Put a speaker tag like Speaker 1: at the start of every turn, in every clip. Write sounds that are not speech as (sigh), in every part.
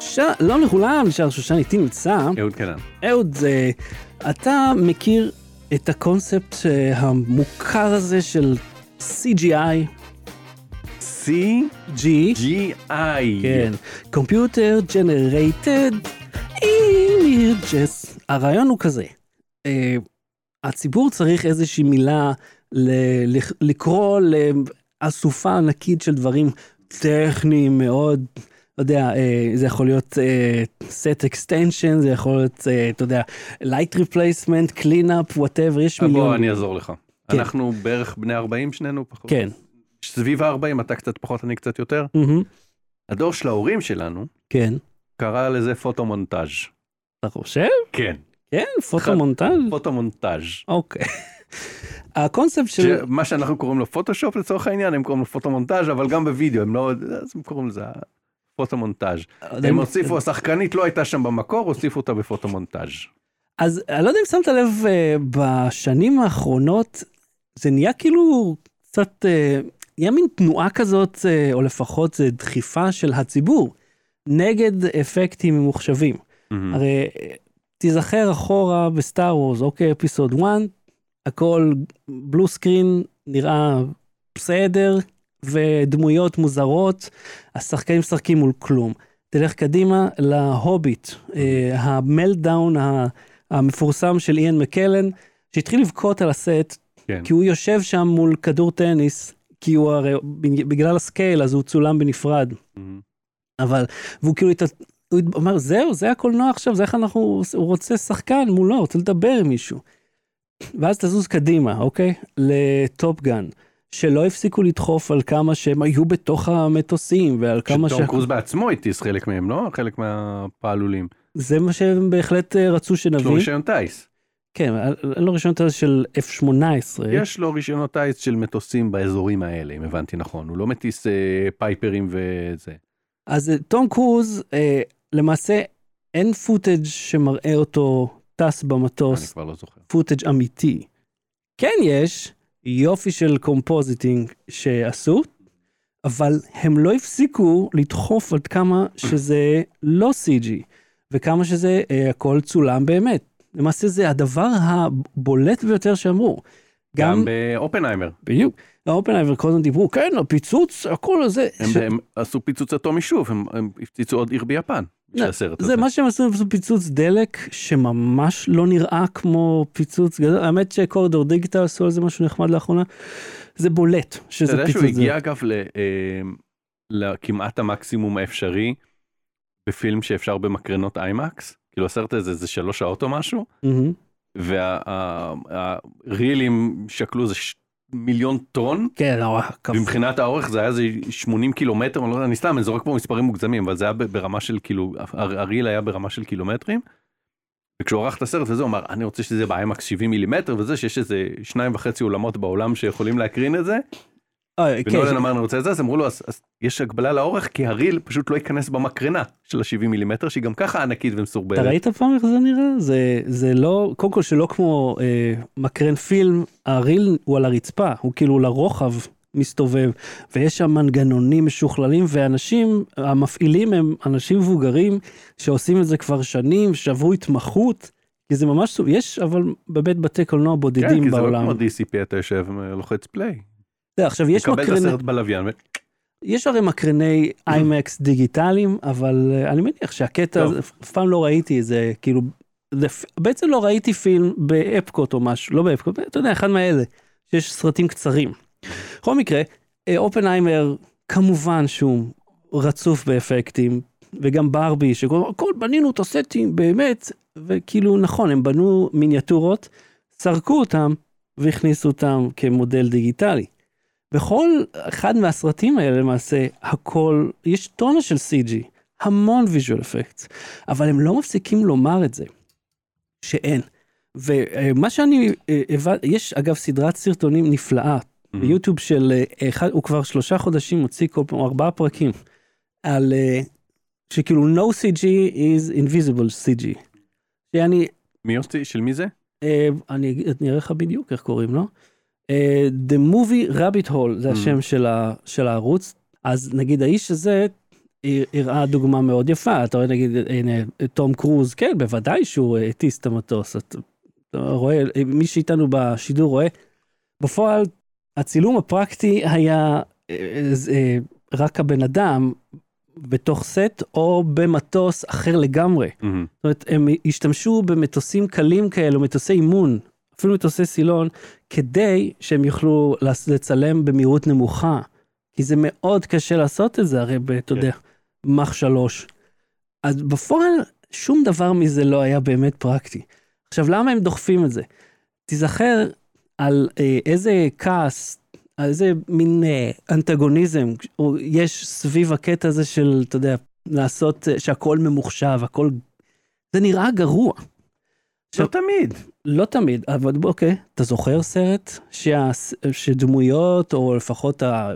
Speaker 1: שלום לא, לכולם, שער שושן איתי נמצא.
Speaker 2: אהוד קלן.
Speaker 1: אהוד, אה, אתה מכיר את הקונספט אה, המוכר הזה של CGI,
Speaker 2: CGI.
Speaker 1: G, כן, Computer Generated Images. הרעיון הוא כזה, אה, הציבור צריך איזושהי מילה ל- לק- לקרוא לאסופה ענקית של דברים טכניים מאוד, לא יודע, אה, זה יכול להיות אה, set extension, זה יכול להיות, אה, אתה יודע, light replacement, clean up, whatever, יש
Speaker 2: אה,
Speaker 1: מיליון.
Speaker 2: בוא, אני אעזור לך.
Speaker 1: כן.
Speaker 2: אנחנו בערך בני 40 שנינו פחות.
Speaker 1: כן.
Speaker 2: סביב ה-40, אתה קצת פחות, אני קצת יותר.
Speaker 1: מהמם.
Speaker 2: הדור של ההורים שלנו
Speaker 1: כן.
Speaker 2: קרא לזה פוטומונטאז'.
Speaker 1: אתה חושב?
Speaker 2: כן.
Speaker 1: כן, פוטומונטאז'.
Speaker 2: פוטומונטאז'.
Speaker 1: אוקיי. (laughs) הקונספט של...
Speaker 2: ש- מה שאנחנו קוראים לו פוטושופ לצורך העניין, הם קוראים לו פוטומונטאז', אבל גם בווידאו, הם לא, אז הם קוראים לזה פוטומונטאז'.
Speaker 1: לא
Speaker 2: הם הוסיפו, השחקנית לא הייתה שם במקור, הוסיפו אותה בפוטומונטאז'.
Speaker 1: אז אני לא יודע אם שמת לב, אה, בשנים האחרונות זה נהיה כאילו קצת, אה, נהיה מין תנועה כזאת, אה, או לפחות אה, דחיפה של הציבור, נגד אפקטים ממוחשבים.
Speaker 2: Mm.
Speaker 1: הרי אה, תיזכר אחורה בסטאר וורס, אוקיי, אפיסוד 1, הכל בלו סקרין נראה בסדר, ודמויות מוזרות, השחקנים משחקים מול כלום. תלך קדימה להוביט, אה, המלדאון ה- המפורסם של איאן מקלן, שהתחיל לבכות על הסט,
Speaker 2: כן.
Speaker 1: כי הוא יושב שם מול כדור טניס, כי הוא הרי, בגלל הסקייל אז הוא צולם בנפרד.
Speaker 2: מהמם.
Speaker 1: אבל, והוא כאילו, הת- הוא הת- אמר, זהו, זה הקולנוע עכשיו, זה איך אנחנו, הוא רוצה שחקן מולו, הוא רוצה לדבר עם מישהו. ואז תזוז קדימה, אוקיי? לטופגן, שלא הפסיקו לדחוף על כמה שהם היו בתוך המטוסים, ועל כמה ש...
Speaker 2: שטום קרוז בעצמו הטיס חלק מהם, לא? חלק מהפעלולים.
Speaker 1: זה מה שהם בהחלט אה, רצו
Speaker 2: יש לו
Speaker 1: שנבין.
Speaker 2: רישיון טיס.
Speaker 1: כן, אין לו רישיון טיס של F-18.
Speaker 2: יש לו רישיונות טיס של מטוסים באזורים האלה, אם הבנתי נכון. הוא לא מטיס אה, פייפרים וזה.
Speaker 1: אז אה, תום קרוז, אה, למעשה אין פוטאג' שמראה אותו טס
Speaker 2: אני
Speaker 1: במטוס,
Speaker 2: כבר לא זוכר.
Speaker 1: פוטאג' אמיתי. כן יש יופי של קומפוזיטינג שעשו, אבל הם לא הפסיקו לדחוף עד כמה שזה לא CG, וכמה שזה אה, הכל צולם באמת. למעשה זה הדבר הבולט ביותר שאמרו.
Speaker 2: גם באופנהיימר.
Speaker 1: בדיוק. האופנהייבר כל הזמן דיברו, כן, הפיצוץ, הכל זה.
Speaker 2: הם-
Speaker 1: ש-
Speaker 2: הם עשו פיצוץ אטומי שוב, הם- הם הפציצו עוד עיר ביפן. בשביל
Speaker 1: לא,
Speaker 2: הסרט הזה.
Speaker 1: זה מה שהם עשו, הם עשו פיצוץ דלק שממש לא נראה כמו פיצוץ גדול. האמת שקורדור דיגיטל עשו על זה משהו נחמד לאחרונה. זה בולט
Speaker 2: אתה
Speaker 1: שזה
Speaker 2: יודע שהוא
Speaker 1: פיצוץ דלק.
Speaker 2: הגיע אגב ל- אה, לכמעט המקסימום האפשרי בפילם שאפשר במקרנות איימקס? כאילו הסרט הזה זה שלוש שעות או משהו?
Speaker 1: מהמם.
Speaker 2: והרילים שקלו איזה ש- מיליון טון.
Speaker 1: כן, נורא, כפ-
Speaker 2: מבחינת האורך זה היה איזה 80 קילומטר, אני לא יודע, אני סתם, אני זורק פה מספרים מוגזמים, אבל זה היה ב- ברמה של כאילו, הר- הריל היה ברמה של קילומטרים. וכשהוא ערך את הסרט וזה, הוא אמר, אני רוצה שזה יהיה באיימקס 70 מילימטר וזה, שיש איזה שניים וחצי אולמות בעולם שיכולים להקרין את זה.
Speaker 1: אה, כן,
Speaker 2: ונולן אמר, אני רוצה את זה, אז אמרו לו, "אז- אז יש הגבלה לאורך, כי הריל פשוט לא ייכנס במקרנה של ה-70 מילימטר, שהיא גם ככה ענקית
Speaker 1: אתה
Speaker 2: ומסורבלת.
Speaker 1: ראית פעם איך זה נראה? זה- זה לא, קודם כל שלא כמו אה, מקרן פילם, הריל הוא על הרצפה, הוא כאילו לרוחב מסתובב, ויש שם מנגנונים משוכללים, ואנשים, המפעילים הם אנשים מבוגרים שעושים את זה כבר שנים, שעברו התמחות, כי זה ממש, סוג- יש אבל באמת בתי קולנוע
Speaker 2: כן,
Speaker 1: בודדים
Speaker 2: כי זה לא כמו
Speaker 1: בעולם.
Speaker 2: DCP, אתה יושב, לוחץ פליי.
Speaker 1: אתה יודע, עכשיו, יש
Speaker 2: מקבל את
Speaker 1: מקרני,
Speaker 2: הסרט בלוויין. ו-
Speaker 1: יש הרי מקרני איימקס דיגיטליים, אבל אה, אני מניח שהקטע
Speaker 2: טוב.
Speaker 1: הזה, אף פעם לא ראיתי את זה, כאילו, זה פ- בעצם לא ראיתי פילם באפקוט או משהו, לא באפקוט, אתה יודע, אחד מאלה, שיש סרטים קצרים. בכל מקרה, אה, אופנהיימר, כמובן שהוא רצוף באפקטים, וגם ברבי, שהכל בנינו את הסטים, באמת, וכאילו, נכון, הם בנו מיניאטורות, סרקו אותם, והכניסו אותם כמודל דיגיטלי. בכל אחד מהסרטים האלה למעשה, הכל, יש טונה של CG, המון ויז'ואל אפקט, אבל הם לא מפסיקים לומר את זה, שאין. ומה שאני הבנתי, יש אגב סדרת סרטונים נפלאה
Speaker 2: Mm-hmm.
Speaker 1: ביוטיוב של, אה, אחד, הוא כבר שלושה חודשים הוציא כל פעם, ארבעה פרקים, על אה, שכאילו no CG is invisible CG. שאני,
Speaker 2: מי הוציא? של מי זה?
Speaker 1: אה, אני אגיד- אני אראה לך בדיוק איך קוראים לו. אה, The Movie Rabbit Hole זה
Speaker 2: Mm.
Speaker 1: השם של, ה, של הערוץ. אז נגיד האיש הזה, אה, היא הראה דוגמה מאוד יפה, אתה רואה נגיד, הנה, תום קרוז, כן, בוודאי שהוא אה, הטיס את המטוס, אתה אתה רואה, אה, מי שאיתנו בשידור רואה, בפועל, הצילום הפרקטי היה אה, אה, רק הבן אדם בתוך סט או במטוס אחר לגמרי.
Speaker 2: מהמם.
Speaker 1: זאת אומרת, הם השתמשו במטוסים קלים כאלו, מטוסי אימון, אפילו מטוסי סילון, כדי שהם יוכלו לס- לצלם במהירות נמוכה. כי זה מאוד קשה לעשות את זה, הרי, ב- אתה יודע, מח שלוש. אז בפועל, שום דבר מזה לא היה באמת פרקטי. עכשיו, למה הם דוחפים את זה? תיזכר על אה, איזה כעס, על איזה מין אה, אנטגוניזם או יש סביב הקטע הזה של, אתה יודע, לעשות, אה, שהכל ממוחשב, הכל... זה נראה גרוע.
Speaker 2: לא תמיד.
Speaker 1: לא תמיד, אבל אוקיי, אתה זוכר סרט שה, שדמויות, או לפחות ה,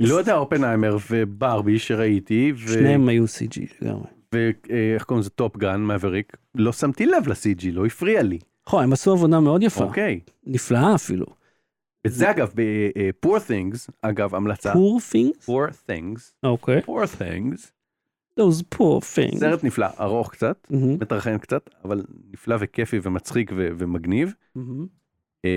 Speaker 2: לא יודע, אופנהיימר וברבי שראיתי, ו-
Speaker 1: שניהם היו CG לגמרי.
Speaker 2: ואיך קוראים לזה טופגן, מבריק, לא שמתי לב לסי.ג'י, לא הפריע לי.
Speaker 1: נכון, הם עשו עבודה מאוד יפה,
Speaker 2: אוקיי.
Speaker 1: נפלאה אפילו.
Speaker 2: וזה אגב, ב-Poor Things, אגב, המלצה.
Speaker 1: poor things?
Speaker 2: Poor Things,
Speaker 1: אוקיי.
Speaker 2: Poor Things,
Speaker 1: those poor things.
Speaker 2: סרט נפלא, ארוך קצת,
Speaker 1: מהמם,
Speaker 2: מטרחן קצת, אבל נפלא וכיפי ומצחיק ו- ומגניב. Mm-hmm.
Speaker 1: מהמם,
Speaker 2: אה,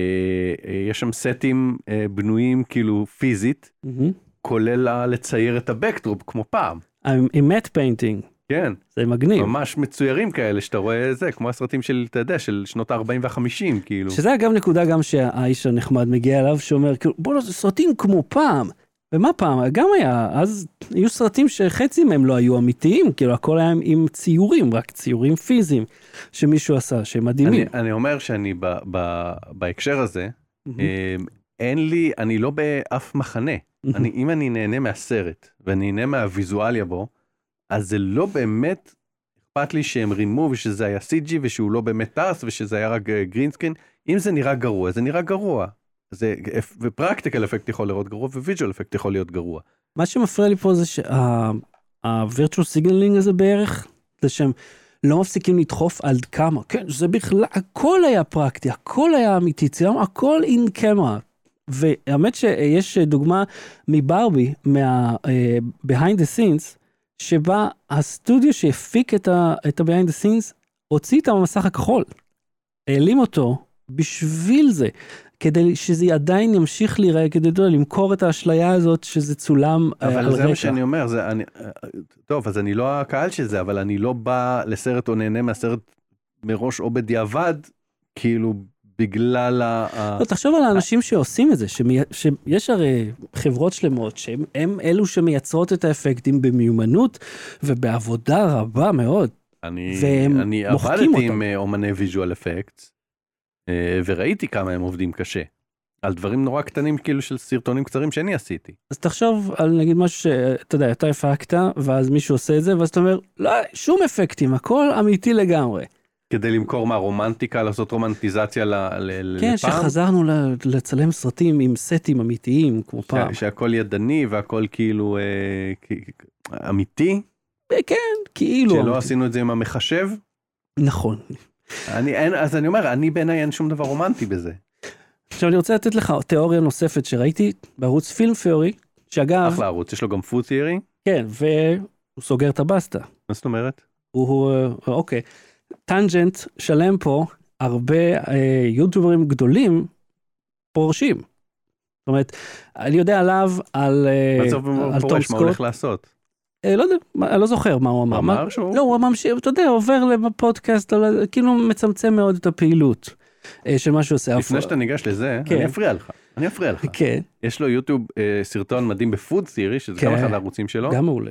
Speaker 2: אה, יש שם סטים אה, בנויים כאילו פיזית,
Speaker 1: מהמם. Mm-hmm.
Speaker 2: כולל ה- לצייר את הבקטרופ כמו פעם.
Speaker 1: עם עם matte painting,
Speaker 2: כן,
Speaker 1: זה מגניב.
Speaker 2: ממש מצוירים כאלה שאתה רואה זה, כמו הסרטים של, אתה יודע, של שנות ה-40 וה-50, כאילו.
Speaker 1: שזה אגב נקודה גם שהאיש הנחמד מגיע אליו, שאומר כאילו בוא'נה זה סרטים כמו פעם. ומה פעם? גם היה, אז היו סרטים שחצי מהם לא היו אמיתיים, כאילו הכל היה עם- עם ציורים, רק ציורים פיזיים שמישהו עשה, שהם
Speaker 2: אני,
Speaker 1: מדהימים.
Speaker 2: אני אומר שאני ב, ב, בהקשר הזה,
Speaker 1: מהמם,
Speaker 2: אה, אין לי, אני לא באף מחנה.
Speaker 1: מהמם.
Speaker 2: אני, אם אני נהנה מהסרט, ואני נהנה מהוויזואליה בו, אז זה לא באמת אכפת לי שהם רימו ושזה היה CG ושהוא לא באמת טס ושזה היה רק גרינסקרין. אם זה נראה גרוע, זה נראה גרוע. זה, ופרקטיקל אפקט יכול לראות גרוע וויז'ואל אפקט יכול להיות גרוע.
Speaker 1: מה שמפריע לי פה זה שה-virtual signaling הזה בערך, זה שהם לא מפסיקים לדחוף עד כמה, כן, זה בכלל, הכל היה פרקטי, הכל היה אמיתי, צילם הכל אין קמרה. והאמת שיש דוגמה מברבי, מה אה, behind the scenes, שבה הסטודיו שהפיק את ה-behind the scenes, הוציא את המסך הכחול. העלים אותו בשביל זה. כדי שזה עדיין ימשיך להיראה, כדי אתה יודע, למכור את האשליה הזאת שזה צולם אה, על
Speaker 2: אבל זה
Speaker 1: רקע.
Speaker 2: מה שאני אומר, זה אני, אה, טוב, אז אני לא הקהל של זה, אבל אני לא בא לסרט או נהנה מהסרט מראש או בדיעבד, כאילו בגלל ה... ה-
Speaker 1: לא, תחשוב על האנשים שעושים את זה, שמי... שיש הרי חברות שלמות שהם הם אלו שמייצרות את האפקטים במיומנות ובעבודה רבה מאוד.
Speaker 2: אני,
Speaker 1: והם
Speaker 2: אני
Speaker 1: מוחקים
Speaker 2: עבדתי
Speaker 1: אותם.
Speaker 2: עם אה, אומני ויז'ואל אפקט, וראיתי כמה הם עובדים קשה. על דברים נורא קטנים כאילו של סרטונים קצרים שאני עשיתי.
Speaker 1: אז תחשוב על נגיד משהו שאתה יודע, אתה הפקת, ואז מישהו עושה את זה, ואז אתה אומר, לא, שום אפקטים, הכל אמיתי לגמרי.
Speaker 2: כדי למכור מה רומנטיקה, לעשות רומנטיזציה ל, ל,
Speaker 1: כן,
Speaker 2: לפעם,
Speaker 1: שחזרנו ל- לצלם סרטים עם סטים אמיתיים, כמו
Speaker 2: ש-
Speaker 1: פעם.
Speaker 2: שהכל ידני והכל כאילו אה, כ- אמיתי,
Speaker 1: כן, כאילו.
Speaker 2: שלא
Speaker 1: אמיתי.
Speaker 2: עשינו את זה עם המחשב.
Speaker 1: נכון.
Speaker 2: אני, אין, אז אני אומר, אני בעיניי אין שום דבר רומנטי בזה.
Speaker 1: עכשיו אני רוצה לתת לך תיאוריה נוספת שראיתי בערוץ פילם פיורי, שאגב,
Speaker 2: אחלה ערוץ, יש לו גם פוד תיארי,
Speaker 1: כן, והוא סוגר את הבסטה.
Speaker 2: מה זאת אומרת?
Speaker 1: הוא, הוא, אה, אוקיי. טנג'נט שלם פה, הרבה אה, יוטיוברים גדולים פורשים. זאת אומרת, אני יודע עליו, על, אה,
Speaker 2: בסוף הוא
Speaker 1: על תום
Speaker 2: פורש, מה הוא
Speaker 1: סקוט,
Speaker 2: הולך לעשות?
Speaker 1: אה, לא יודע, מה- אני לא זוכר מה הוא
Speaker 2: הוא
Speaker 1: אמר. מה-
Speaker 2: אמר שהוא...
Speaker 1: לא, הוא ממשיך, אתה יודע, עובר לפודקאסט, אבל כאילו מצמצם מאוד את הפעילות אה, של מה שהוא עושה.
Speaker 2: לפני
Speaker 1: אבל-
Speaker 2: שאתה ניגש לזה,
Speaker 1: כן.
Speaker 2: אני אפריע לך. אני אפריע לך.
Speaker 1: (laughs) כן,
Speaker 2: יש לו יוטיוב אה, סרטון מדהים בפוד סירי, שזה גם
Speaker 1: כן.
Speaker 2: אחד הערוצים שלו,
Speaker 1: גם מעולה.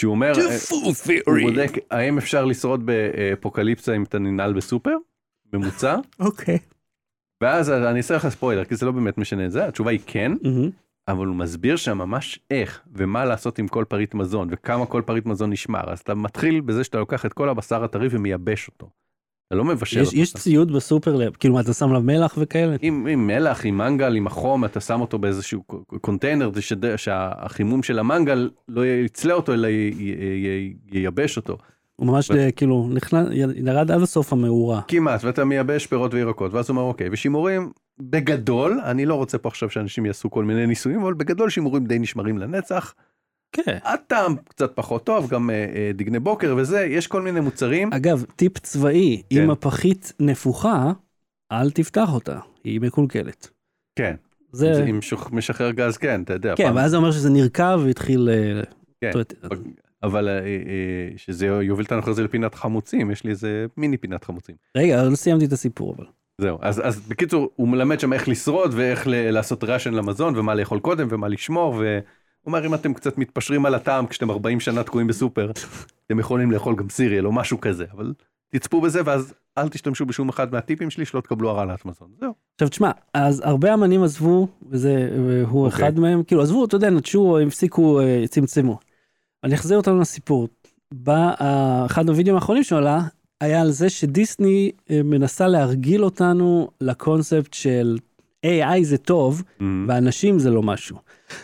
Speaker 2: שהוא אומר, לא? אה, הוא
Speaker 1: הוא בודק.
Speaker 2: בודק האם אפשר לשרוד באפוקליפסה אם אתה ננעל בסופר, ממוצע,
Speaker 1: אוקיי.
Speaker 2: ואז אני אעשה לך ספוילר, כי זה לא באמת משנה את זה, התשובה היא כן,
Speaker 1: מהמם.
Speaker 2: אבל הוא מסביר שם ממש איך ומה לעשות עם כל פריט מזון, וכמה כל פריט מזון נשמר, אז אתה מתחיל בזה שאתה לוקח את כל הבשר הטרי ומייבש אותו. אתה לא מבשל
Speaker 1: יש,
Speaker 2: אותו.
Speaker 1: יש ציוד בסופר, ל- כאילו מה, אתה שם עליו מלח וכאלה?
Speaker 2: עם, עם מלח, עם מנגל, עם החום, אתה שם אותו באיזשהו ק- קונטיינר, זה שד... שהחימום של המנגל לא יצלה אותו, אלא י... י... י... ייבש אותו.
Speaker 1: הוא ממש
Speaker 2: ו-
Speaker 1: אה, כאילו נכנס, ירד עד הסוף המאורה.
Speaker 2: כמעט, ואתה מייבש פירות וירקות, ואז הוא אומר, אוקיי, ושימורים, בגדול, אני לא רוצה פה עכשיו שאנשים יעשו כל מיני ניסויים, אבל בגדול שימורים די נשמרים לנצח.
Speaker 1: כן.
Speaker 2: הטעם קצת פחות טוב, גם אה, אה, דגני בוקר וזה, יש כל מיני מוצרים.
Speaker 1: אגב, טיפ צבאי,
Speaker 2: כן.
Speaker 1: אם הפחית נפוחה, אל תפתח אותה, היא מקולקלת.
Speaker 2: כן,
Speaker 1: זה...
Speaker 2: זה עם שוח- משחרר גז, כן, אתה יודע.
Speaker 1: אה, כן,
Speaker 2: פעם-
Speaker 1: ואז זה אומר שזה נרקב והתחיל... אה,
Speaker 2: כן.
Speaker 1: זאת אומרת,
Speaker 2: אבל אה, אה, שזה יוביל אותנו אחרי זה לפינת חמוצים, יש לי איזה מיני פינת חמוצים.
Speaker 1: רגע, לא סיימתי את הסיפור אבל.
Speaker 2: זהו, אז, אז בקיצור, הוא מלמד שם איך לשרוד ואיך ל- לעשות רשן למזון ומה לאכול קודם ומה לשמור, והוא אומר, אם אתם קצת מתפשרים על הטעם כשאתם 40 שנה תקועים בסופר, אתם יכולים לאכול גם סיריאל או משהו כזה, אבל תצפו בזה ואז אל תשתמשו בשום אחד מהטיפים שלי שלא תקבלו הרעלת מזון. זהו.
Speaker 1: עכשיו תשמע, אז הרבה אמנים עזבו, וזה, והוא
Speaker 2: אוקיי.
Speaker 1: אחד מהם, כאילו עזבו, אתה יודע, נטשו, הפסיקו, אה, צמצמו. אני אחזיר אותנו לסיפור. בא, אה, אחד הווידאוים האחרונים שעלה, היה על זה שדיסני אה, מנסה להרגיל אותנו לקונספט של AI זה טוב,
Speaker 2: Mm-hmm.
Speaker 1: ואנשים זה לא משהו.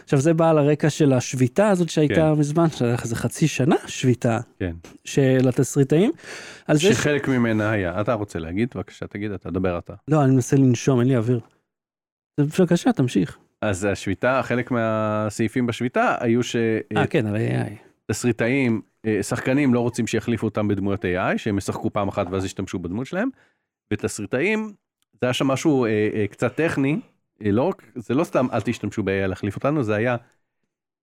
Speaker 1: עכשיו זה בא על הרקע של השביתה הזאת שהייתה מזמן, שהיה לך איזה חצי שנה שביתה
Speaker 2: כן.
Speaker 1: של התסריטאים. על זה ש-
Speaker 2: שחלק ממנה היה, אתה רוצה להגיד? בבקשה, תגיד אתה, דבר אתה.
Speaker 1: לא, אני מנסה לנשום, אין לי אוויר. זה פשוט קשה, תמשיך.
Speaker 2: אז השביתה, חלק מהסעיפים בשביתה היו ש...
Speaker 1: אה, כן, על AI.
Speaker 2: תסריטאים, אה, שחקנים לא רוצים שיחליפו אותם בדמויות AI, שהם ישחקו פעם אחת ואז ישתמשו בדמות שלהם, ותסריטאים, זה היה שם משהו אה, אה, קצת טכני, אה, לא, רק- זה לא סתם אל תשתמשו ב-AI להחליף אותנו, זה היה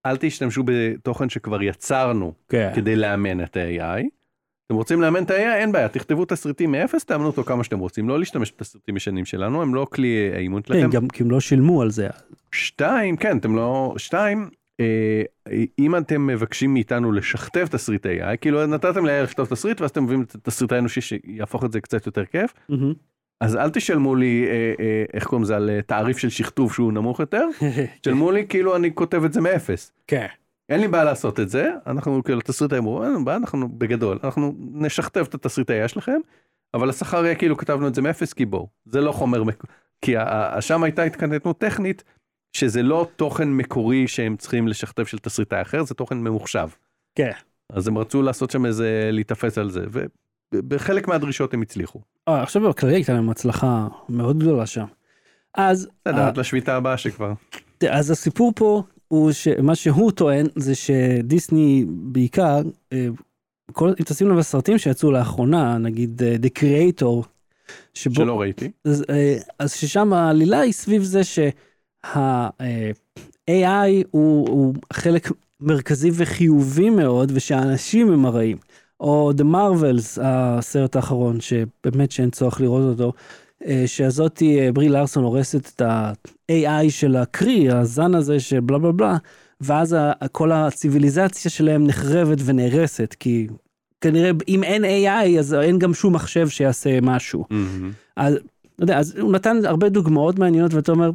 Speaker 2: אל תשתמשו בתוכן שכבר יצרנו
Speaker 1: כן.
Speaker 2: כדי לאמן את ה-AI. אתם רוצים לאמן את ה-AI, אין בעיה, תכתבו תסריטים מאפס, תאמנו אותו כמה שאתם רוצים, לא להשתמש בתסריטים ישנים שלנו, הם לא כלי אה, האימון שלכם.
Speaker 1: כן, גם כי הם לא שילמו על זה.
Speaker 2: שתיים, כן, אתם לא... שתיים, אה, אם אתם מבקשים מאיתנו לשכתב תסריט AI, כאילו נתתם ל-AI לכתוב תסריט, ואז אתם מביאים את התסריט האנושי שיהפוך את זה קצת יותר כיף,
Speaker 1: (laughs)
Speaker 2: אז אל תשלמו לי, אה, אה, איך קוראים לזה, על אה, תעריף של שכתוב שהוא נמוך יותר, תשלמו לי כאילו אני כותב את זה מאפס.
Speaker 1: כן.
Speaker 2: אין לי בעיה לעשות את זה, אנחנו כאילו תסריט אמרו, אין לנו בעיה, אנחנו בגדול, אנחנו נשכתב את התסריט היה שלכם, אבל השכר יהיה כאילו כתבנו את זה מאפס, כי בואו, זה לא חומר, מק... כי ה- ה- שם הייתה התקנטנות טכנית, שזה לא תוכן מקורי שהם צריכים לשכתב של תסריטאי אחר, זה תוכן ממוחשב.
Speaker 1: כן.
Speaker 2: אז הם רצו לעשות שם איזה, להיתפס על זה, ובחלק מהדרישות הם הצליחו.
Speaker 1: אה, עכשיו בכללי הייתה להם הצלחה מאוד גדולה שם. אז,
Speaker 2: בסדר,
Speaker 1: אה,
Speaker 2: עד לשביתה הבאה שכבר.
Speaker 1: אז הסיפור פה הוא שמה שהוא טוען זה שדיסני בעיקר, אה, כל, אם תשים לב לסרטים שיצאו לאחרונה, נגיד אה, The Creator, שבו,
Speaker 2: שלא ראיתי.
Speaker 1: אז, אה, אז ששם העלילה היא סביב זה שה-AI הוא, הוא חלק מרכזי וחיובי מאוד ושהאנשים הם הרעים. או The Marvels, הסרט האחרון, שבאמת שאין צורך לראות אותו, אה, שהזאתי אה, ברי לארסון הורסת את ה-AI של הקרי, הזן הזה של בלה בלה בלה, ואז ה- כל הציוויליזציה שלהם נחרבת ונהרסת, כי כנראה אם אין AI אז אין גם שום מחשב שיעשה משהו. אז, אתה יודע, אז הוא נתן הרבה דוגמאות מעניינות, ואתה אומר,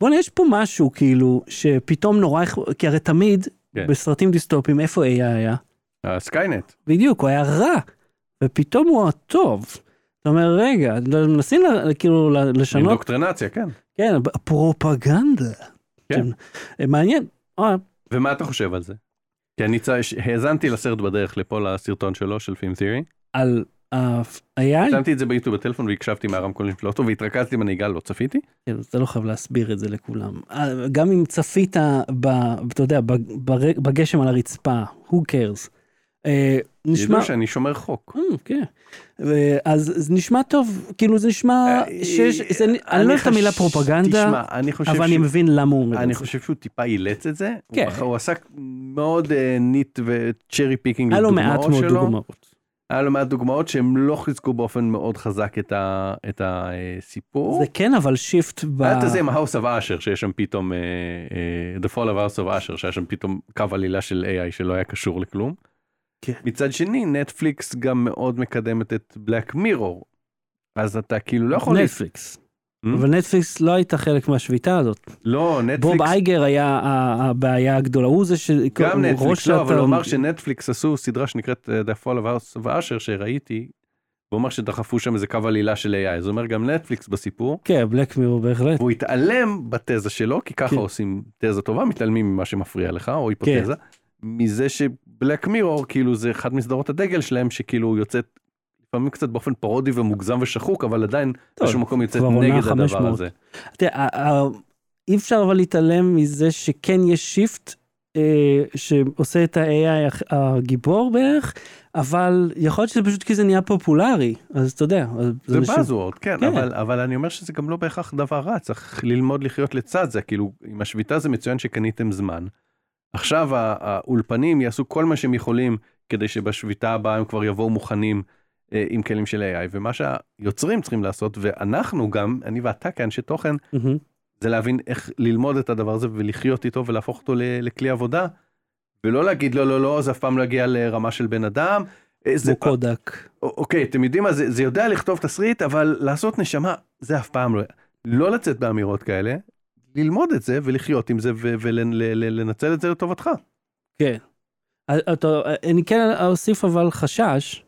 Speaker 1: בוא'נה, יש פה משהו כאילו, שפתאום נורא, אכ- כי הרי תמיד,
Speaker 2: כן.
Speaker 1: בסרטים דיסטופיים, איפה AI היה?
Speaker 2: אה, סקיינט.
Speaker 1: בדיוק, הוא היה רע, ופתאום הוא הטוב. אתה אומר, רגע, מנסים ל- כאילו ל- לשנות,
Speaker 2: אינדוקטרינציה, כן.
Speaker 1: כן, פרופגנדה.
Speaker 2: כן.
Speaker 1: מעניין, אה,
Speaker 2: ומה אתה חושב על זה? כי אני צ... ש- האזנתי לסרט בדרך לפה לסרטון שלו של פים תיאורי.
Speaker 1: על ה-AI,
Speaker 2: שמתי את זה ביוטיוב בטלפון והקשבתי מהרמקולים של האוטו והתרכזתי בנהיגה לא צפיתי.
Speaker 1: כן, אתה לא חייב להסביר את זה לכולם. אה, גם אם צפית, ב, אתה יודע, ב- בר- בגשם על הרצפה, who cares. אה, נשמע...
Speaker 2: ידעו שאני שומר חוק.
Speaker 1: אה, כן. אה, אז זה נשמע טוב, כאילו זה נשמע שיש, זה- אני לא אוהב את המילה
Speaker 2: אה, חש-
Speaker 1: פרופגנדה,
Speaker 2: תשמע, אני חושב
Speaker 1: אבל אני
Speaker 2: שהוא-
Speaker 1: מבין למה הוא אומר את
Speaker 2: אני
Speaker 1: זה.
Speaker 2: חושב שהוא טיפה אילץ את זה.
Speaker 1: כן.
Speaker 2: הוא- הוא עסק מאוד אה, ניט וצ'רי פיקינג
Speaker 1: היה לו מעט
Speaker 2: לדוגמאות
Speaker 1: מאוד
Speaker 2: שלו.
Speaker 1: דוגמאות.
Speaker 2: היה לו מעט דוגמאות שהם לא חיזקו באופן מאוד חזק את ה- אה, את הסיפור.
Speaker 1: זה כן, אבל שיפט ב...
Speaker 2: היה את הזה עם ה-house of Usher שיש שם פתאום אה, אה, the fall of house of Usher שהיה שם פתאום קו עלילה של AI שלא היה קשור לכלום.
Speaker 1: כן.
Speaker 2: מצד שני נטפליקס גם מאוד מקדמת את black mirror. אז אתה כאילו לא Hmm? יכול... להס-
Speaker 1: נטפליקס. אבל נטפליקס לא הייתה חלק מהשביתה הזאת.
Speaker 2: לא
Speaker 1: בוב
Speaker 2: נטפליקס.
Speaker 1: אייגר היה ה- הבעיה הגדולה, הוא זה ש...
Speaker 2: גם
Speaker 1: הוא
Speaker 2: נטפליקס
Speaker 1: ראש
Speaker 2: לא אבל
Speaker 1: האתר-
Speaker 2: הוא אמר שנטפליקס עשו סדרה שנקראת אה, the fall of house of Usher שראיתי. הוא אמר שדחפו שם איזה קו עלילה של AI אז הוא אומר גם נטפליקס בסיפור.
Speaker 1: כן, בלק מירור בהחלט.
Speaker 2: והוא התעלם בתזה שלו, כי ככה
Speaker 1: כן.
Speaker 2: עושים תזה טובה, מתעלמים ממה שמפריע לך, או היפותזה,
Speaker 1: כן.
Speaker 2: מזה שבלק מירור, כאילו זה אחד מסדרות הדגל שלהם, שכאילו יוצאת לפעמים קצת באופן פרודי ומוגזם ושחוק, אבל עדיין
Speaker 1: טוב,
Speaker 2: באיזשהו מקום יוצאת
Speaker 1: כבר עונה
Speaker 2: נגד הדבר
Speaker 1: 500.
Speaker 2: הזה.
Speaker 1: תראה, ה- ה- אי אפשר אבל להתעלם מזה שכן יש שיפט אה, שעושה את ה-AI הח- הגיבור בערך, אבל יכול להיות שזה פשוט כי זה נהיה פופולרי, אז אתה יודע. אז
Speaker 2: זה
Speaker 1: אנשים-
Speaker 2: באזוורד, כן,
Speaker 1: כן.
Speaker 2: אבל, אבל אני אומר שזה גם לא בהכרח דבר רע, צריך ללמוד לחיות לצד זה, כאילו, עם השביתה זה מצוין שקניתם זמן. עכשיו ה- האולפנים יעשו כל מה שהם יכולים כדי שבשביתה הבאה הם כבר יבואו מוכנים אה, עם כלים של AI, ומה שהיוצרים צריכים לעשות, ואנחנו גם, אני ואתה כאנשי תוכן,
Speaker 1: מהמם.
Speaker 2: זה להבין איך ללמוד את הדבר הזה ולחיות איתו ולהפוך אותו ל- לכלי עבודה, ולא להגיד לא, לא, לא, זה אף פעם לא יגיע לרמה של בן אדם. אה, זה,
Speaker 1: כמו קודק.
Speaker 2: א- אוקיי, אתם יודעים מה, זה, זה יודע לכתוב תסריט, אבל לעשות נשמה, זה אף פעם לא... לא לצאת באמירות כאלה, ללמוד את זה ולחיות עם זה ולנצל את זה לטובתך.
Speaker 1: כן. אז אתה- אני כן אוסיף אבל חשש,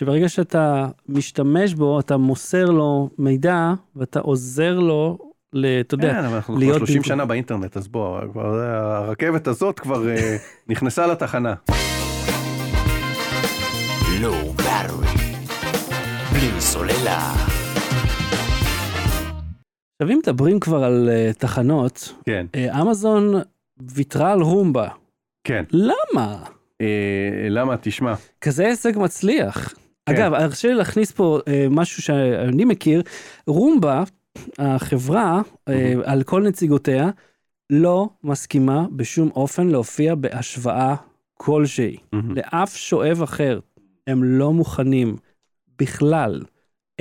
Speaker 1: שברגע שאתה משתמש בו, אתה מוסר לו מידע, ואתה עוזר לו, ל- אתה יודע,
Speaker 2: כן, אבל אנחנו
Speaker 1: להיות
Speaker 2: כבר 30
Speaker 1: במקום-
Speaker 2: שנה באינטרנט, אז בוא, כבר, הרכבת הזאת כבר אה, נכנסה לתחנה.
Speaker 3: Low battery. בלי סוללה.
Speaker 1: עכשיו אם מדברים כבר על אה, תחנות,
Speaker 2: כן,
Speaker 1: אה, אמזון ויתרה על רומבה.
Speaker 2: כן.
Speaker 1: למה?
Speaker 2: אה, למה? תשמע,
Speaker 1: כזה הישג מצליח.
Speaker 2: כן.
Speaker 1: אגב, הרשה לי להכניס פה אה, משהו שאני מכיר, רומבה, החברה, אה, על כל נציגותיה, לא מסכימה בשום אופן להופיע בהשוואה כלשהי, לאף שואב אחר. הם לא מוכנים בכלל,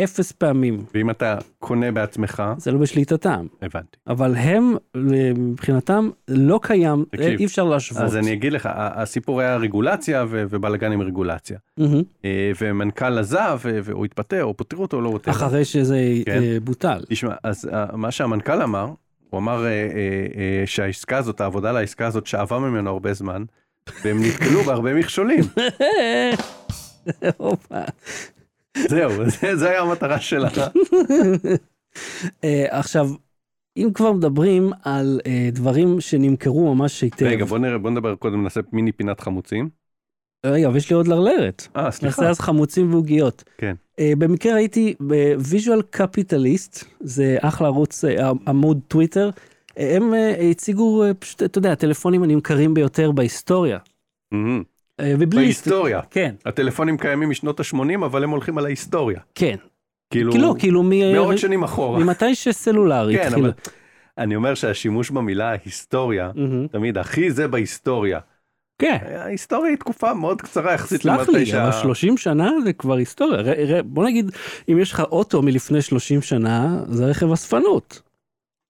Speaker 1: אפס פעמים,
Speaker 2: ואם אתה קונה בעצמך,
Speaker 1: זה לא בשליטתם,
Speaker 2: הבנתי.
Speaker 1: אבל הם, אה, מבחינתם, לא קיים, אה,
Speaker 2: תקשיב,
Speaker 1: אי אפשר להשוות.
Speaker 2: אז אני אגיד לך, ה- הסיפור היה רגולציה ו- ובלאגן עם רגולציה.
Speaker 1: מהמם.
Speaker 2: אה, ומנכ"ל עזב, ו- והוא התפטר, או פוטרו אותו, לא רוטר.
Speaker 1: אחרי שזה
Speaker 2: כן.
Speaker 1: אה,
Speaker 2: (laughs)
Speaker 1: בוטל.
Speaker 2: תשמע, אז אה, מה שהמנכ"ל אמר, הוא אמר אה, אה, אה, שהעסקה הזאת, העבודה על העסקה הזאת שאבה ממנו הרבה זמן, והם נתקלו בהרבה
Speaker 1: (laughs)
Speaker 2: מכשולים.
Speaker 1: הופה.
Speaker 2: זהו, זה- זה היה המטרה שלה.
Speaker 1: אה, עכשיו, אם כבר מדברים על אה, דברים שנמכרו ממש היטב.
Speaker 2: רגע, בוא נראה, בוא נדבר קודם, נעשה מיני פינת חמוצים.
Speaker 1: רגע, אבל יש לי עוד לרלרת.
Speaker 2: אה, סליחה.
Speaker 1: נעשה אז חמוצים ועוגיות.
Speaker 2: כן.
Speaker 1: אה, במקרה הייתי בוויז'ואל קפיטליסט, זה אחלה ערוץ, אה, עמוד טוויטר. אה, הם אה, הציגו, אה, פשוט, אתה יודע, הטלפונים הנמכרים ביותר בהיסטוריה.
Speaker 2: מהמם.
Speaker 1: אה, ובלי...
Speaker 2: בהיסטוריה.
Speaker 1: כן,
Speaker 2: הטלפונים קיימים משנות ה-80, אבל הם הולכים על ההיסטוריה.
Speaker 1: כן.
Speaker 2: כאילו,
Speaker 1: כאילו, כאילו, מ...
Speaker 2: מאות שנים אחורה.
Speaker 1: ממתי שסלולר
Speaker 2: כן,
Speaker 1: התחיל.
Speaker 2: אבל אני אומר שהשימוש במילה היסטוריה,
Speaker 1: מהמם.
Speaker 2: תמיד הכי זה בהיסטוריה.
Speaker 1: כן.
Speaker 2: ההיסטוריה היא תקופה מאוד קצרה יחסית
Speaker 1: סלח לי, אבל 30 שנה זה כבר היסטוריה. ר, ר, בוא נגיד, אם יש לך אוטו מלפני 30 שנה, זה רכב אספנות.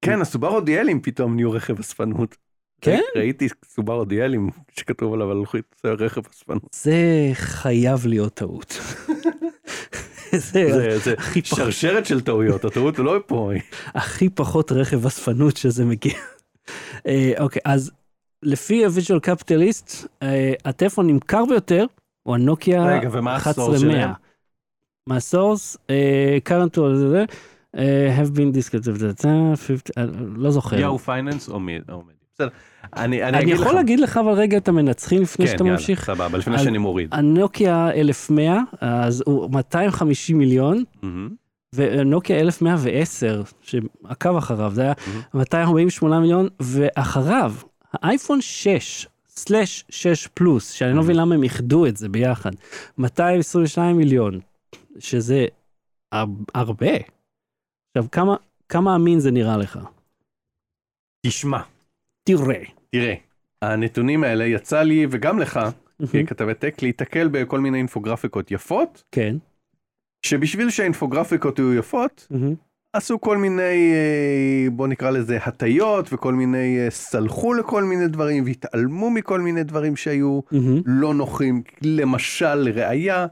Speaker 2: כן, הסובארו דיאלים פתאום נהיו רכב אספנות.
Speaker 1: כן?
Speaker 2: ראיתי סובארו דיאלים שכתוב עליו לא הלוחית זה רכב אספנות.
Speaker 1: זה חייב להיות טעות. (laughs) זה,
Speaker 2: זה זה
Speaker 1: אה, הכי פחות.
Speaker 2: שרשרת של טעויות, הטעות לא פה.
Speaker 1: הכי פחות רכב אספנות שזה מגיע. אה, אוקיי, אז לפי הוויז'ואל קפיטליסט, אה, הטלפון נמכר ביותר הוא הנוקיה
Speaker 2: רגע, ומה הסורס
Speaker 1: 1100.
Speaker 2: שלהם?
Speaker 1: מה הסורס? אה, current to זה זה, אה, have been discussed, אה, 50, אה, לא זוכר.
Speaker 2: פייננס או מיד. בסדר. אני כן,
Speaker 1: אני יכול להגיד לך אבל רגע את המנצחים לפני שאתה ממשיך.
Speaker 2: סבבה, לפני
Speaker 1: אז-
Speaker 2: שאני מוריד.
Speaker 1: הנוקיה 1100 אז הוא 250 מיליון
Speaker 2: מהמם.
Speaker 1: ונוקיה 1110 שעקב אחריו זה היה 248 מיליון ואחריו האייפון 6 סלאש 6 פלוס שאני לא
Speaker 2: Mhm.
Speaker 1: מבין למה הם איחדו את זה ביחד 222 מיליון שזה הר- הרבה. עכשיו כמה כמה אמין זה נראה לך
Speaker 2: תשמע,
Speaker 1: תראה.
Speaker 2: תראה, הנתונים האלה יצא לי וגם לך
Speaker 1: Mm-hmm.
Speaker 2: ככתבי טק להיתקל בכל מיני אינפוגרפיקות יפות,
Speaker 1: כן.
Speaker 2: שבשביל שהאינפוגרפיקות יהיו יפות,
Speaker 1: מהמם.
Speaker 2: עשו כל מיני, אה, בוא נקרא לזה הטיות, וכל מיני, אה, סלחו לכל מיני דברים, והתעלמו מכל מיני דברים שהיו
Speaker 1: מהמם.
Speaker 2: לא נוחים, למשל לראיה,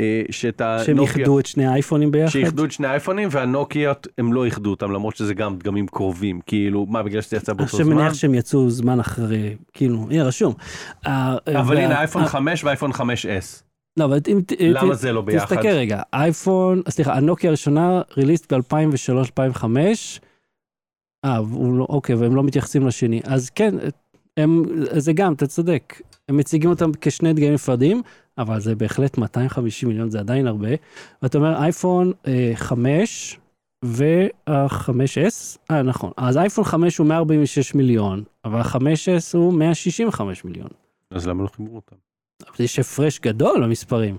Speaker 2: אה, שאת
Speaker 1: שהם
Speaker 2: הנוקיה,
Speaker 1: איחדו את שני האייפונים ביחד.
Speaker 2: שאיחדו את שני האייפונים, והנוקיות הם לא איחדו אותם, למרות שזה גם דגמים קרובים, כאילו, מה, בגלל שזה יצא באותו
Speaker 1: עכשיו
Speaker 2: זמן?
Speaker 1: מניח שהם יצאו זמן אחרי, כאילו, הנה רשום.
Speaker 2: אבל הנה האייפון
Speaker 1: אייפון...
Speaker 2: 5 והאייפון 5S,
Speaker 1: לא, אבל אם... ת-
Speaker 2: למה
Speaker 1: ת-
Speaker 2: זה לא ביחד?
Speaker 1: תסתכל רגע, אייפון, סליחה, הנוקיה הראשונה ריליסט ב-2003-2005. אה, הוא לא- אוקיי, והם לא מתייחסים לשני. אז כן, הם, זה גם, אתה צודק. הם מציגים אותם כשני דגמים נפרדים, אבל זה בהחלט 250 מיליון, זה עדיין הרבה. ואתה אומר אייפון אה, 5 וה-5S, אה נכון, אז אייפון 5 הוא 146 מיליון, אבל ה-5S הוא 165 מיליון.
Speaker 2: אז למה לא חיברו אותם?
Speaker 1: אבל יש הפרש גדול במספרים.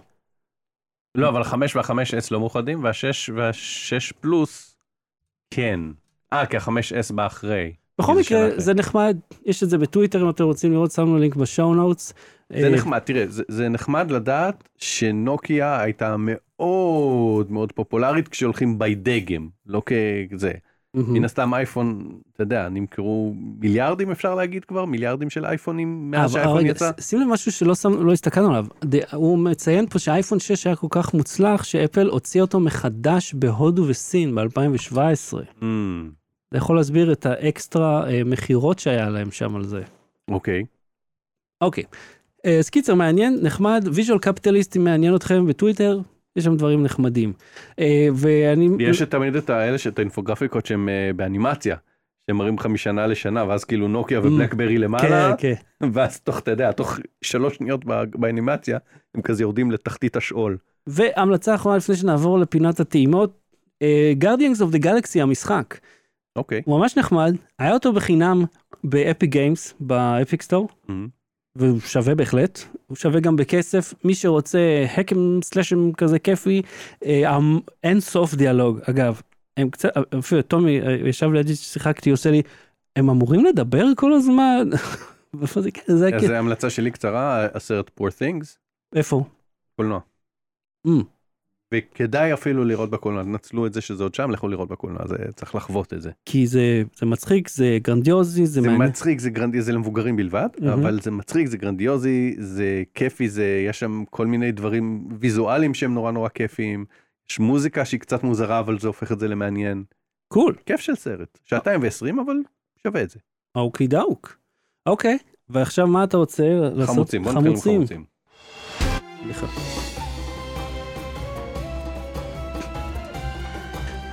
Speaker 2: לא, אבל החמש והחמש S לא מאוחדים, והשש והשש פלוס, כן. אה, כי החמש S בא אחרי.
Speaker 1: בכל
Speaker 2: זה
Speaker 1: מקרה,
Speaker 2: שאלה
Speaker 1: זה נחמד, יש את זה בטוויטר אם אתם רוצים לראות, שמנו לינק בשואו אה, נאוטס.
Speaker 2: זה נחמד, תראה, זה, זה נחמד לדעת שנוקיה הייתה מאוד מאוד פופולרית כשהולכים בי דגם, לא כזה. מן הסתם אייפון, אתה יודע, נמכרו מיליארדים אפשר להגיד כבר, מיליארדים של אייפונים מאז שהאייפון יצא.
Speaker 1: שים לב משהו שלא שם- לא הסתכלנו עליו. ד- הוא מציין פה שהאייפון 6 היה כל כך מוצלח, שאפל הוציא אותו מחדש בהודו וסין ב-2017.
Speaker 2: אמ,
Speaker 1: אתה יכול להסביר את האקסטרה אה, מכירות שהיה להם שם על זה.
Speaker 2: אוקיי.
Speaker 1: אוקיי. אה, אז קיצר מעניין, נחמד, ויז'ואל קפיטליסט אם מעניין אתכם בטוויטר, יש שם דברים נחמדים. אה, ואני...
Speaker 2: יש תמיד את האלה, ש- את האינפוגרפיקות שהן אה, באנימציה, שהם מראים לך משנה לשנה, ואז כאילו נוקיה ובלקברי למעלה,
Speaker 1: כן, כן.
Speaker 2: ואז תוך, אתה יודע, תוך שלוש שניות בא- באנימציה, הם כזה יורדים לתחתית השאול.
Speaker 1: והמלצה אחרונה לפני שנעבור לפינת הטעימות, אה, Guardians of the Galaxy המשחק.
Speaker 2: אוקיי.
Speaker 1: הוא ממש נחמד, היה אותו בחינם באפיק גיימס, באפיק סטור,
Speaker 2: אמ,
Speaker 1: והוא שווה בהחלט, הוא שווה גם בכסף, מי שרוצה האקם סלאשם כזה כיפי, אה, המ- אין סוף דיאלוג, אגב, הם קצת, אפילו טומי אה, ישב לידי ששיחקתי, הוא עושה לי, הם אמורים לדבר כל הזמן? (laughs) איפה זה, כן, זה היה
Speaker 2: אז
Speaker 1: כאילו-
Speaker 2: זו המלצה שלי קצרה, הסרט Poor Things,
Speaker 1: איפה? הוא?
Speaker 2: קולנוע.
Speaker 1: אמ.
Speaker 2: וכדאי אפילו לראות בקולנוע, נצלו את זה שזה עוד שם, לכו לראות בקולנוע, זה צריך לחוות את זה.
Speaker 1: כי זה, זה מצחיק, זה גרנדיוזי, זה
Speaker 2: זה
Speaker 1: מעניין.
Speaker 2: מצחיק, זה גרנדיוזי, זה למבוגרים בלבד,
Speaker 1: מהמם.
Speaker 2: אבל זה מצחיק, זה גרנדיוזי, זה כיפי, זה, יש שם כל מיני דברים ויזואליים שהם נורא נורא כיפיים, יש מוזיקה שהיא קצת מוזרה, אבל זה הופך את זה למעניין.
Speaker 1: קול.
Speaker 2: כיף של סרט, שעתיים ועשרים, אבל שווה את זה.
Speaker 1: אוקי דאוק. אוקיי, ועכשיו מה אתה רוצה לעשות?
Speaker 2: חמוצים, בוא נתחיל עם חמוצים.
Speaker 1: סליחה.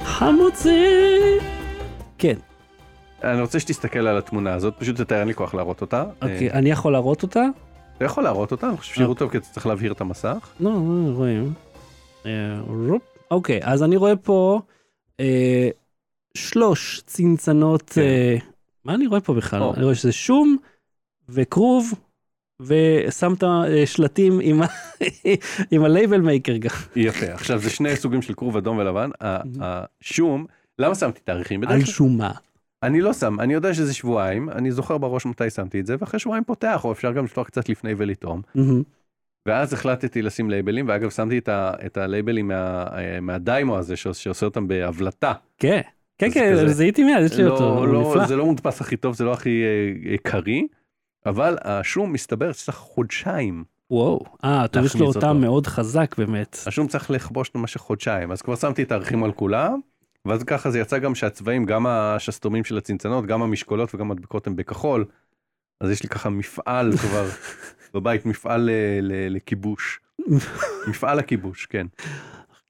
Speaker 2: אה.
Speaker 1: חמוצים! כן,
Speaker 2: אני רוצה שתסתכל על התמונה הזאת, פשוט אתה אין לי כוח להראות אותה.
Speaker 1: אוקיי, אה. אני יכול להראות אותה?
Speaker 2: אה, אתה יכול להראות אותה, אני חושב שיראו טוב, כי אתה צריך להבהיר את המסך.
Speaker 1: לא, לא רואים. אה, רופ. אוקיי, אז אני רואה פה אה, שלוש צנצנות,
Speaker 2: כן.
Speaker 1: אה, מה אני רואה פה בכלל?
Speaker 2: או.
Speaker 1: אני רואה שזה שום וכרוב, ושמת אה, שלטים עם ה- (laughs) עם ה-label maker גם.
Speaker 2: יפה, עכשיו זה שני סוגים של כרוב אדום ולבן, ה- השום, למה שמתי תאריכים בדרך
Speaker 1: על
Speaker 2: כלל?
Speaker 1: שומה.
Speaker 2: אני לא שם, אני יודע שזה שבועיים, אני זוכר בראש מתי שמתי את זה, ואחרי שבועיים פותח, או אפשר גם לשלוח קצת לפני ולטעום.
Speaker 1: מהמם.
Speaker 2: ואז החלטתי לשים לייבלים, ואגב שמתי את, ה, את הלייבלים מה, אה, מהדיימו הזה, שעוש- שעושה אותם בהבלטה.
Speaker 1: כן, כן,
Speaker 2: אז
Speaker 1: כן,
Speaker 2: כזה-
Speaker 1: זיהיתי מיד, יש לי
Speaker 2: לא,
Speaker 1: אותו, הוא
Speaker 2: לא,
Speaker 1: נפלא.
Speaker 2: זה לא מודפס הכי טוב, זה לא הכי אה, אה, קריא, אבל השום מסתבר שצריך חודשיים.
Speaker 1: וואו, אה, טוב, יש לו
Speaker 2: להחמיץ
Speaker 1: אותה
Speaker 2: אותו.
Speaker 1: מאוד חזק באמת.
Speaker 2: השום צריך לכבוש במשך חודשיים, אז כבר שמתי את הערכים על כולם, ואז ככה זה יצא גם שהצבעים, גם השסתומים של הצנצנות, גם המשקולות וגם הדבקות הם בכחול, אז יש לי ככה מפעל כבר בבית, מפעל ל- ל- לכיבוש. מפעל הכיבוש, כן.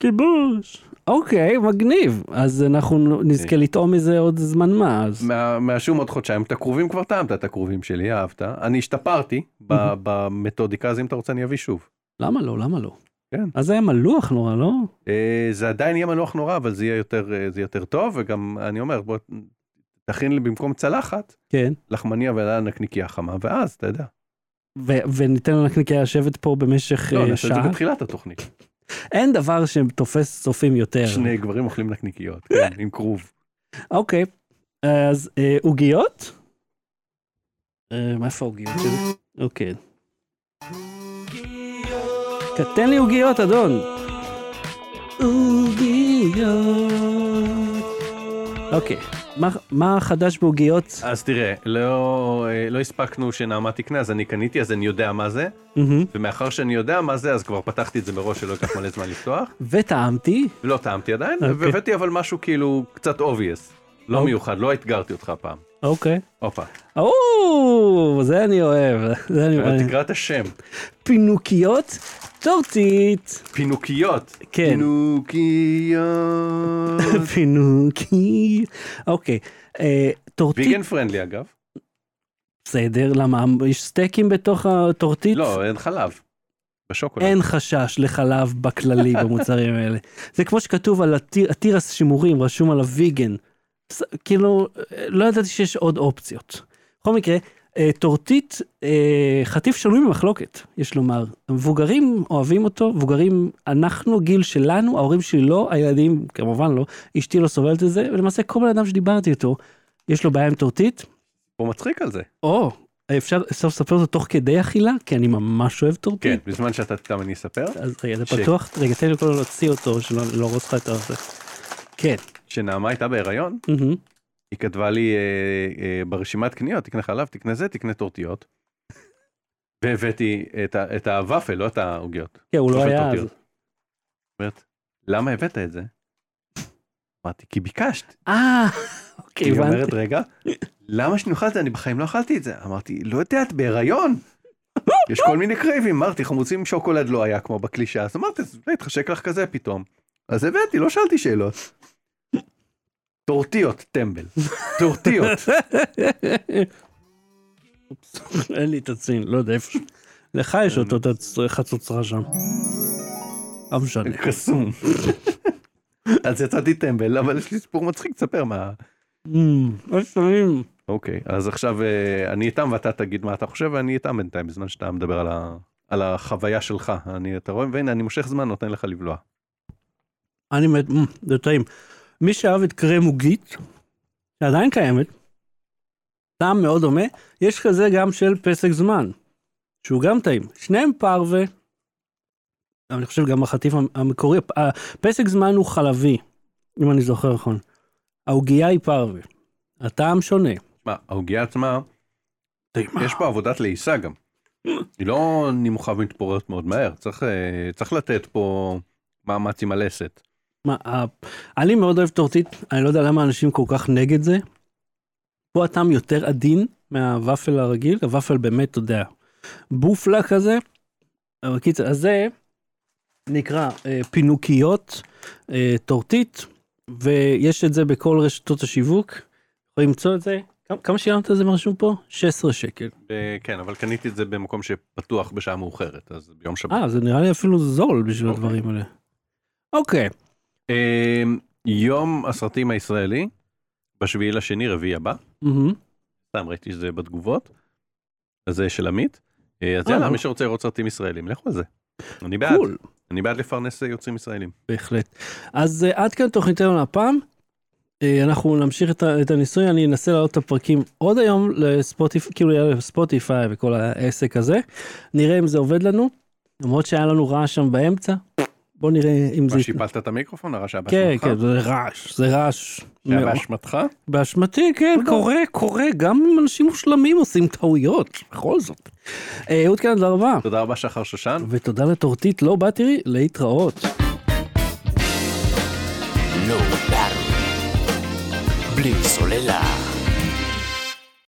Speaker 1: כיבוש. אוקיי, מגניב. אז אנחנו
Speaker 2: אוקיי.
Speaker 1: נזכה לטעום מזה עוד זמן מה, אז
Speaker 2: מה- מהשום עוד חודשיים, את הכרובים כבר טעמת את הכרובים שלי, אהבת. אני השתפרתי ב-
Speaker 1: מהמם.
Speaker 2: במתודיקה, אז אם אתה רוצה אני אביא שוב.
Speaker 1: למה לא, למה לא?
Speaker 2: כן.
Speaker 1: אז זה היה מלוח נורא, לא?
Speaker 2: אה, זה עדיין יהיה מנוח נורא, אבל זה יהיה יותר, אה, זה יותר טוב, וגם אני אומר, בוא תכין לי במקום צלחת.
Speaker 1: כן.
Speaker 2: לחמניה ועליה נקניקייה חמה, ואז אתה יודע.
Speaker 1: ו- וניתן לנקניקיה לשבת פה במשך
Speaker 2: לא,
Speaker 1: אה,
Speaker 2: נעשה את זה
Speaker 1: שעה.
Speaker 2: בתחילת התוכנית.
Speaker 1: אין דבר שתופס צופים יותר.
Speaker 2: שני גברים אוכלים נקניקיות, כן, עם כרוב.
Speaker 1: אוקיי, אז אה, עוגיות? אה, מאיפה העוגיות שלי? אוקיי. תן לי עוגיות, אדון. עוגיות. אוקיי, מה- מה חדש בעוגיות?
Speaker 2: אז תראה, לא אה, לא הספקנו שנעמה תקנה, אז אני קניתי, אז אני יודע מה זה,
Speaker 1: מהמם.
Speaker 2: ומאחר שאני יודע מה זה, אז כבר פתחתי את זה מראש, שלא ייקח מלא זמן לפתוח.
Speaker 1: וטעמתי,
Speaker 2: לא טעמתי עדיין,
Speaker 1: אוקיי.
Speaker 2: והבאתי אבל משהו כאילו קצת obvious. לא מיוחד, לא אתגרתי אותך הפעם.
Speaker 1: אוקיי.
Speaker 2: הופה,
Speaker 1: או, זה אני אוהב, זה אני אוהב.
Speaker 2: תקרא את השם,
Speaker 1: פינוקיות טורטית.
Speaker 2: פינוקיות.
Speaker 1: כן.
Speaker 2: פינוקיות.
Speaker 1: (laughs) פינוקי. אוקיי, אה, טורטית.
Speaker 2: ויגן פרנדלי אגב.
Speaker 1: בסדר, למה? יש סטייקים בתוך הטורטית?
Speaker 2: לא, אין חלב. בשוקולד.
Speaker 1: אין חשש לחלב בכללי במוצרים האלה. זה כמו שכתוב על הטיר- התירס שימורים, רשום על הוויגן. ס- כאילו, אה, לא ידעתי שיש עוד אופציות. בכל בכל מקרה, אה, טורטית, אה, חטיף שנוי במחלוקת, יש לומר. המבוגרים אוהבים אותו, מבוגרים, אנחנו, גיל שלנו, ההורים שלי לא, הילדים כמובן לא, אשתי לא סובלת את זה, ולמעשה כל בן אדם שדיברתי איתו, יש לו בעיה עם טורטית.
Speaker 2: הוא מצחיק על זה.
Speaker 1: או, אפשר אפשר לספר אותו תוך כדי אכילה? כי אני ממש אוהב
Speaker 2: כן,
Speaker 1: טורטית.
Speaker 2: בזמן שאתה תם אני אספר,
Speaker 1: אז רגע, זה
Speaker 2: ש-
Speaker 1: פתוח? רגע, תן לי קודם להוציא אותו, שלא לא הרוס לך את הזה. כן.
Speaker 2: כשנעמה הייתה בהיריון,
Speaker 1: מהמם.
Speaker 2: היא כתבה לי אה, אה, ברשימת קניות, תקנה חלב, תקנה זה, תקנה טורטיות. והבאתי את ה- את הוואפל, לא את העוגיות.
Speaker 1: כן, הוא לא
Speaker 2: וואפל
Speaker 1: היה אז.
Speaker 2: טורטיות. אומרת, למה הבאת את זה? אמרתי, כי ביקשת.
Speaker 1: אה, אוקיי,
Speaker 2: היא אומרת,
Speaker 1: הבנתי.
Speaker 2: רגע, למה שאני אוכל את זה? אני בחיים לא אכלתי את זה. אמרתי, לא יודע, את בהיריון. יש כל מיני קרייבים, אמרתי, חמוצים עם שוקולד לא היה כמו בקלישה, אז אמרתי, אז אולי התחשק לך כזה פתאום. אז הבאתי, לא שאלתי שאלות. טורטיות, טמבל. טורטיות.
Speaker 1: (laughs) אין לי את הצין, לא יודע איפה. ש- לך יש
Speaker 2: אה,
Speaker 1: אותו, את הצ- חצוצרה שם. לא משנה.
Speaker 2: (laughs) אה. קסום. אז יצאתי טמבל, אבל יש לי סיפור מצחיק, תספר מה...
Speaker 1: אמ, לא שומעים.
Speaker 2: אוקיי, אז עכשיו אה, אני איתם ואתה תגיד מה אתה חושב, ואני איתם בינתיים, בזמן שאתה מדבר על ה- על החוויה שלך. אני, אתה רואה, והנה, אני מושך זמן, נותן לך לבלוע.
Speaker 1: אני מת, אמ, זה טעים. מי שאהב את קרם עוגית, שעדיין קיימת, טעם מאוד דומה, יש כזה גם של פסק זמן, שהוא גם טעים. שניהם פרווה, אני חושב גם החטיף המ- המקורי, הפ- הפסק זמן הוא חלבי, אם אני זוכר נכון. העוגייה היא פרווה. הטעם שונה.
Speaker 2: מה, העוגיה עצמה,
Speaker 1: טעימה.
Speaker 2: יש פה עבודת לעיסה גם. היא לא נמוכה ומתפוררת מאוד מהר, צריך, אה, צריך לתת פה מאמץ עם הלסת.
Speaker 1: מה, ה- אני מאוד אוהב טורטית, אני לא יודע למה אנשים כל כך נגד זה. פה הטעם יותר עדין מהוואפל הרגיל, הוואפל באמת, אתה יודע, בופלה כזה. אבל קיצר, אז זה נקרא אה, פינוקיות, אה, טורטית, ויש את זה בכל רשתות השיווק. יכולים למצוא את זה. כמה- כמה שילמת על זה מרשום פה? 16 שקל.
Speaker 2: אה, כן, אבל קניתי את זה במקום שפתוח בשעה מאוחרת, אז ביום שבת.
Speaker 1: אה, זה נראה לי אפילו זול בשביל
Speaker 2: אוקיי.
Speaker 1: הדברים האלה. אוקיי,
Speaker 2: אה, יום הסרטים הישראלי, בשביעי לשני, רביעי הבא.
Speaker 1: מהמם.
Speaker 2: סתם ראיתי שזה בתגובות. אז זה של עמית. אה, אז
Speaker 1: אה,
Speaker 2: יאללה,
Speaker 1: לא.
Speaker 2: מי שרוצה לראות סרטים ישראלים, לכו על זה. אני בעד,
Speaker 1: קול.
Speaker 2: אני בעד לפרנס אה, יוצרים ישראלים.
Speaker 1: בהחלט. אז אה, עד כאן תוכניתנו להפעם. אה, אנחנו נמשיך את ה- את הניסוי, אני אנסה להעלות את הפרקים עוד היום לספוטיפיי, כאילו יהיה לספוטיפיי וכל העסק הזה. נראה אם זה עובד לנו, למרות שהיה לנו רעש שם באמצע. בוא נראה אם זה...
Speaker 2: מה, שיפלת את המיקרופון? הרעש היה
Speaker 1: כן,
Speaker 2: באשמתך?
Speaker 1: כן, זה רעש, זה רעש.
Speaker 2: היה
Speaker 1: מאוד.
Speaker 2: באשמתך?
Speaker 1: באשמתי, כן, קורה, קורה, גם אם אנשים מושלמים עושים טעויות, בכל זאת. אה, אהוד כאן, תודה רבה.
Speaker 2: תודה רבה שחר שושן.
Speaker 1: ותודה לטורטית, לא בא תראי, להתראות.
Speaker 3: Low Battery. בלי סוללה.